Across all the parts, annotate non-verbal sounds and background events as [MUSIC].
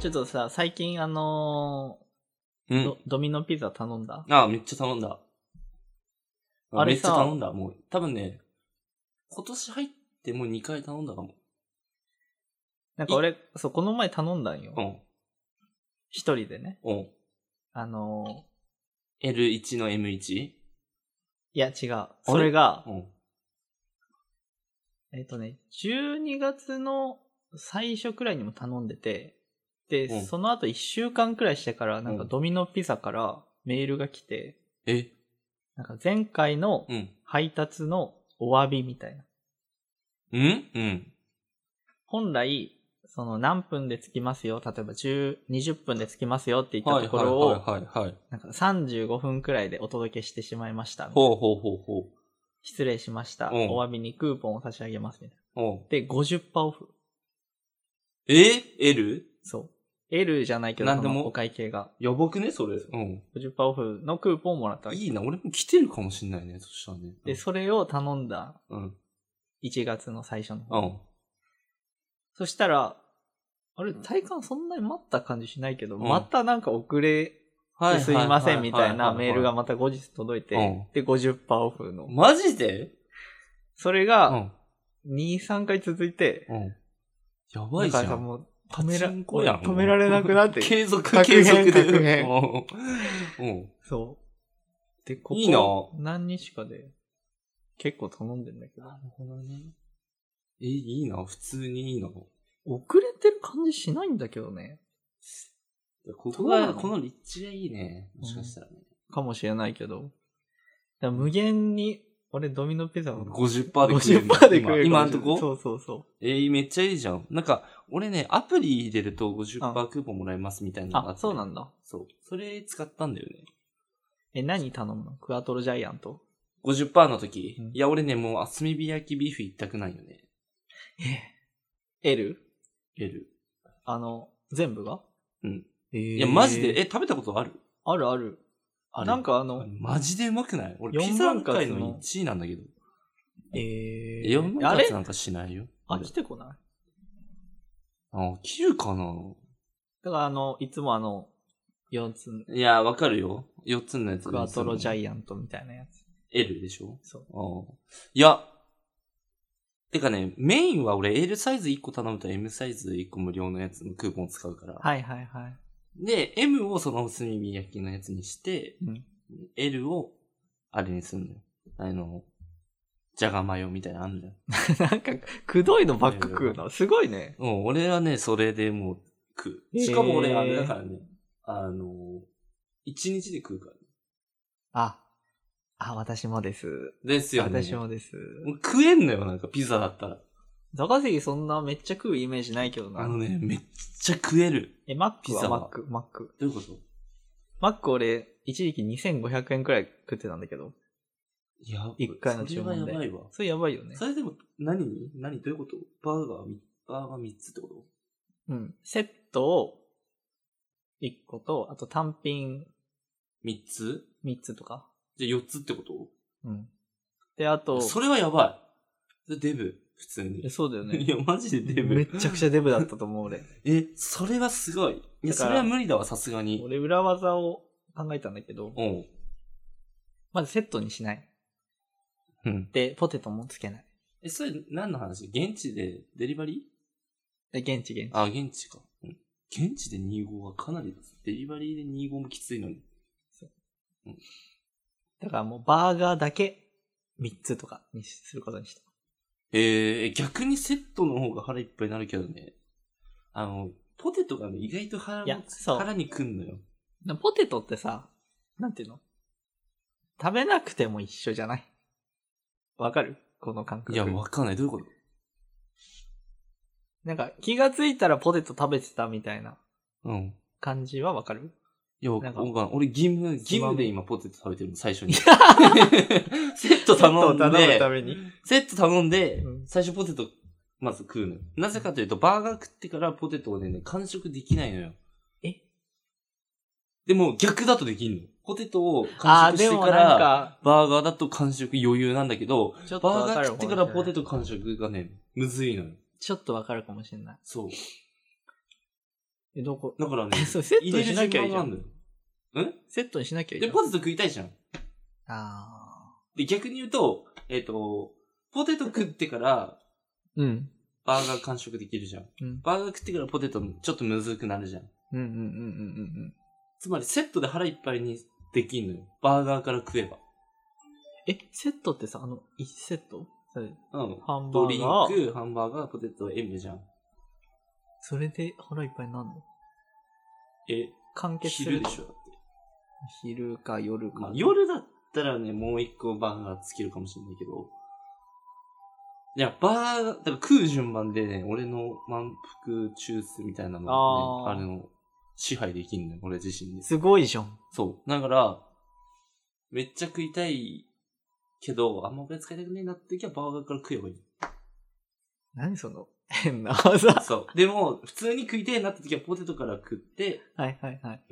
ちょっとさ、最近あのうーんド。ドミノピザ頼んだああ、めっちゃ頼んだ。あれめっちゃさ頼んだ。もう、多分ね、今年入ってもう2回頼んだかも。なんか俺、そう、この前頼んだんよ。うん。一人でね。うん。あの L1 の M1? ーいや違う。それが、うん。えっ、とね、12月の最初くらいにも頼んでて、で、うんその後1週間くらいしてから、なんかうんドミノピザからメールが来て、えなんか前回のうん。配達のお詫びみたいな。うんうん。本来、その何分で着きますよ、例えば10、20分で着きますよって言っはたいとこはいろを、はいはいはい。なんか35分くらいでお届けしてしまいました。ほうほうほうほう。失礼しました。うんお詫びにクーポンを差し上げますみたいうん。な。で、50%オフ。え ?L? そう。L じゃないけど、なんでそものお会計が。やばくねそれ。うん。 50%オフのクーポンをもらったわけ。いいな、俺も来てるかもしんないね、そしたらね。で、それを頼んだうん。 1月の最初のう方。ん。そしたら、あれ、体感そんなに待った感じしないけど、うんまたなんか遅れてすいませんみたいなメールがままた後日届いて、うんで、50%オフの。マジでそれうが、ん。 2、3回続いて、うん。やばいじゃだからさん。もう止めら、パチンコやん。止められなくなって継続、確継変続で。確変うんうん。そう。で、ここいいな何日かで結構頼んでんだけど。なるほどね。え、いいな、普通にいいな。遅れてる感じしないんだけどね。ここそうなが、のこの立地がいいね。もしかしたらね。かもしれないけど。だから無限に、俺ドミノピザを50%で食えるの。 50%で食える今今んかともしれないそこうそうそえー、めっちゃいいじゃん。なんか、俺ね、アプリ入れると50%クーポンもらえますみたいなう。のがあっ、てそうなんだ。そう。それ使ったんだよね。え、何頼むのクアトロジャイアント。 50%の時、うんいや、俺ね、もう厚み火焼きビーフ一択ないよね。え、L? L。あの、全部がうん。えいや、マジで、え、食べたことあるあるある。あるなんかあの、マジでうまくない俺、四ピザ分割の界の1位なんだけど。ええ、4分あ割れなんかしないよ。飽きてこないあ、切るかなだからあの、いつもあの、4つ、いや、わかるよ。4つのやつ。クアトロジャイ。イアントみたいなやつ。 L でしょそう。ああ。いや。てかね、メインは俺 L サイズ1個頼むと M サイズ1個無料のやつのクーポン使うから。はいはいはい。 [LAUGHS] で、M をその炭火焼きのやつにして、うん L をあれにすんのよ。あの、じゃがマヨみたいなのあんじゃん。なんか、くどいのばっか食うの。すごいね。うん、俺はね、それでもう食う。へーしかも俺、あれだからね、あの、一日で食うから、ね。あ、あ、私もです。ですよね。私もです。もう食えんのよ、なんかピザだったら。高杉そんなめっちゃ食うイメージないけどな。あのね、めっちゃ食える。え、マックピはザマはック、マック。どういうことマック俺、一時期2500円くらい食ってたんだけど。いや、一回の注文でそれはやばいわ。それやばいよねそ。れでも何、何どういうことバーガーみ、バーガー3つってことうん。セットを、1個と、あと単品 ?3 つ3つとか。じゃあ4つってことうん。で、あと、それはやばい。それデブ、普通にえ。そうだよねい。や、マジでデめっブ。ちゃくちゃデブだったと思う、 [LAUGHS] 俺。え、それはすごい。いだや、かそられは無理だわ、さすがに。俺、裏技を考えたんだけど、うん。まずセットにしない。うん。で、ポテトもつけない。え、それ何の話現地でデリバリで、現地現ー地。あ、現地か。うん。現地で25はかなりだぞデリバリーで25もきついのに。だからもう、バーガーだけ、3つとかにすることにした。えー、逆にセットの方が腹いっぱいになるけどね。あの、ポテトがね、意外と腹いやもそう腹にくんのよ。なポテトってさ、なんていうの食べなくても一緒じゃないわかるこの感覚。いや、わかんない。どういうことなんか、気がついたらポテト食べてたみたいなうん。感じはわかるいや、わなんかかんない。俺、義務、義つま務みで今ポテト食べてるの、最初に。 [LAUGHS] セット頼んセットを頼むでた、めに。セット頼んでう、ん最初ポテト、まず食うのよ。なぜかというと、バーガー食ってからポテトをね、完食できないのよ。えでも、逆だとできんの。ポテトをあ完ー、食でしてもかなんら、か、バーガーだと完食余裕なんだけど、ちょっとバわーかガーる食ってからポテト完食がね、むずいのよ。ちょっとわかるかもしれない。そう。え、どこ、だからね [LAUGHS] そう、セッ入トれにるしな順きゃいいじ番ゃなんん。だよ。うんセットにしなきゃいいじで、ゃん。ポテト食いたいじゃん。あで、逆に言うと、えっ、と、ポテト食ってから、ーうん。バーガー完食できるじゃん。うん。バーガー食ってからポテトちょっとむずくなるじゃん。うんうんうんうんうん。つまりセットで腹いっぱいにできんのよ。バーガーから食えば。え、セットってさ、あの、1セットそれうん。ハンバドリンーガー。ク、ハンバーガー、ポテト、M じゃん。それで腹いっぱいになるのえ、完結する昼でとしょだって。昼か夜か。まあ、夜だったらね、もう一個バーガーつけるかもしれないけど。いや、バーガー、だから食う順番でね、俺の満腹中枢みたいなのがあーね、あれの、支配できんのよ、俺自身に。すごいじゃん。そう。だから、めっちゃ食いたいけど、あんまお金使いたくねえなって時はバーガーから食えばいい。何その、変な技。 [LAUGHS] は [LAUGHS] そう。でも、普通に食いたいなって時はポテトから食って、いはいはい。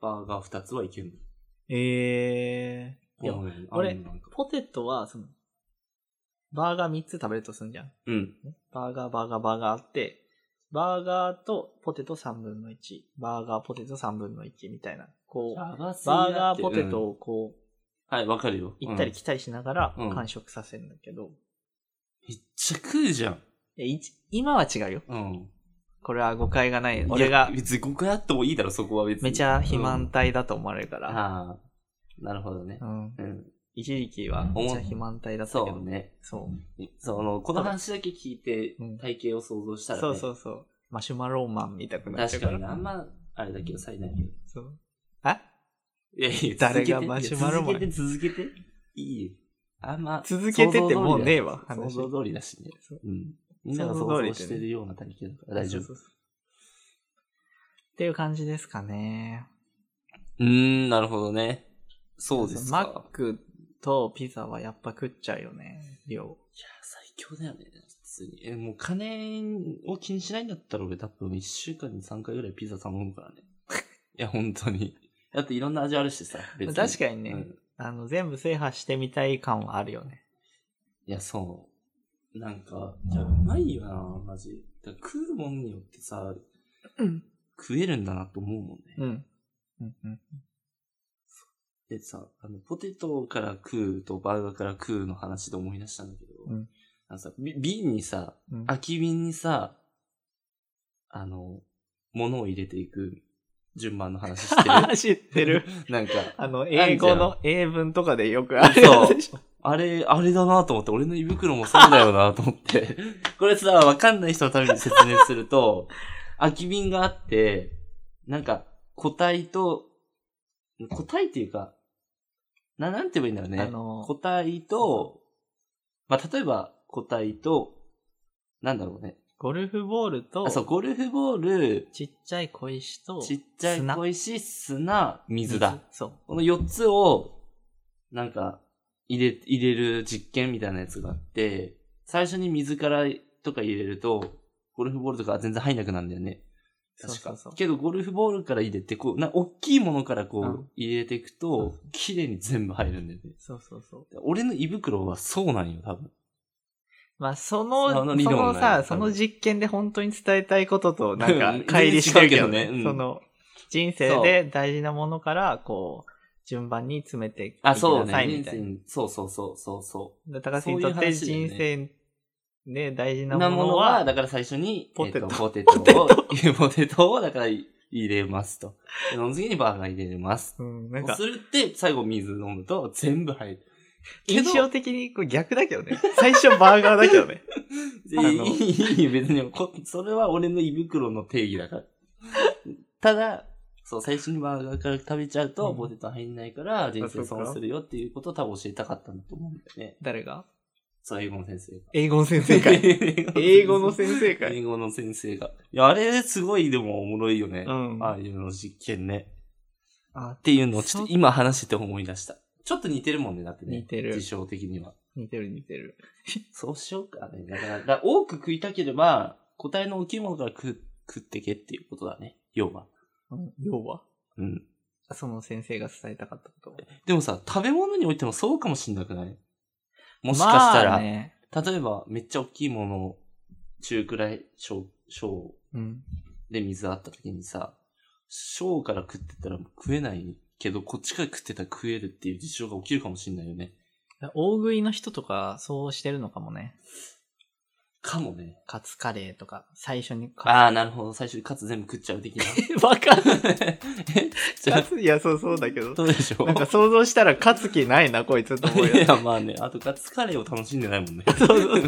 バーガー二つはいけるえー。いやの。、いや、俺あるのなんかポテトは、その、バーガー3つ食べるとすんじゃん。うん。バーガー、バーガー、バーガーあって、バーガーとポテト3分の1、バーガー、ポテト3分の1みたいな、こう、ババーガー、ポテトうんをこう、はい、わかるよ。行ったりうん来たりしながらうん完食させるんだけど、めっちゃ食うじゃん。えいち今は違うよ。うん。これは誤解がない。 [LAUGHS] 俺がいや別に誤解あってもいいだろ、そこは別に。めちゃ肥満体だと思われるかうん。ら、ああ、なるほどねう。ん。うん。一時期はめちゃ肥満体だったそけどう。ね。そう。その、この話だけ聞いてうん、体型を想像したらね。そうそうそう。マシュマロマンみたくなっちゃ確うか。からにねあんま、あれだけど、されないけど。そう。あいやいや、誰が続けてマシュマロマンいや続けて、続けて。いいよ。あんま、続けててもうねえわ想像通りだしね。そううん。みんなが想像してるような体型だから大丈夫そ。うそうそうっていう感じですかね。うーん、なるほどね。そうですか。マックとピザはやっぱ食っちゃうよね、量。いや、最強だよね、普通に。え、もう金を気にしないんだったら俺多分1週間に3回ぐらいピザ頼むからね。 [LAUGHS] いや、本当に。だっていろんな味あるしさ、別に。確かにね、うんあの、全部制覇してみたい感はあるよね。いや、そう。なんか、いや、うまいよな、マジ。だから食うもんによってさ、うん食えるんだなと思うもんね。うん。うんうん。でさ、あの、ポテトから食うとバーガーから食うの話で思い出したんだけど、うんあのさ、び瓶にさ、うん、空き瓶にさ、あの、物を入れていく順番の話して [LAUGHS] る。知ってる。 [LAUGHS] なんか、あの、じゃん英語の英文とかでよくあるやつでしょ。あれ、あれだなと思って、俺の胃袋もそうだよなと思って。 [LAUGHS] これさ、わかんない人のために説明する [LAUGHS] と、空き瓶があって、なんか、個体と、個体っていうか、な、なんて言えばいいんだろうね。あの個体と、まあ、例えば、個体と、なんだろうね。ゴルフボールとあ、、そう、ゴルフボール、ちっちゃい小石と、ちっちゃい砂小石、砂、水だ。。そう。この4つを、なんか、入れ、入れる実験みたいなやつがあって、最初に水からとか入れると、ゴルフボールとか全然入んなくなるんだよね。確そうか。そうそうけど、ゴルフボールから入れて、こう、な、大きいものからこう、うん入れていくそうとそ、綺麗に全部入るんだよね。そうそうそう。俺の胃袋はそうなんよ、多分。まあ、その、そそのの理論なんやさ、その実験で本当に伝えたいことと、な [LAUGHS] うんんか、乖離してるけど全然違ねうけどねうん。その、人生で大事なものから、こう、順番に詰めていきあ、なそうさね。いみ人た生いにそうそうそうそうそな。高橋にとってそういう人話だ生で大事う。ななももののは、は、だから最初に、ポテトえっとポテトを、 [LAUGHS] ポテトを、だから入れますと。でその次にバーガー入れます。うん、なんそうかす、るって、最後水飲むと全部入る。けど印象的にこう逆だけどね。最初バーガーだけど [LAUGHS] ね。であいのい、いい、別にこ、それは俺の胃袋の定義だから。ただ、そう、最初にバーガーから食べちゃうと、うんポテト入んないから、人生あそっか損するよっていうことを多分教えたかったんだと思うんだよね。誰がそう、英語の先生が。英語の先生 [LAUGHS] 会。英語の先生英会。語の先生が。いや、あれ、すごい、でも、おもろいよね。うん。ああいうの実験ね。あっていうのを、ちょっと今話してて思い出した。ちょっと似てるもんね、だってね。似てる事象的には。似てる似てる。そうしようかね。だから、だから多く食いたければ、個体の大きいものから食食ってけっていうことだね。要は。うん要はうん。その先生が伝えたかったこと。でもさ、食べ物においてもそうかもしんなくないもしかしたら、まあね。例えば、めっちゃ大きいもの、中くらい、小、小うん。で、水あった時にさ、小から食ってたらもう食えないけど、こっちから食ってたら食えるっていう事象が起きるかもしんないよね。大食いの人とか、そうしてるのかもね。かもね。カツカレーとか、最初にあカあ、なるほど。最初にカツ全部食っちゃう的 [LAUGHS] な。ツ。わかんない。え [LAUGHS] じゃカあ、ツいや、そうそうだけど。どうでしょう [LAUGHS] なんか想像したら勝つ気ないな、こいつと思うよい。や、まあね。あと、カツカレーを楽しんでないもんね。そうそう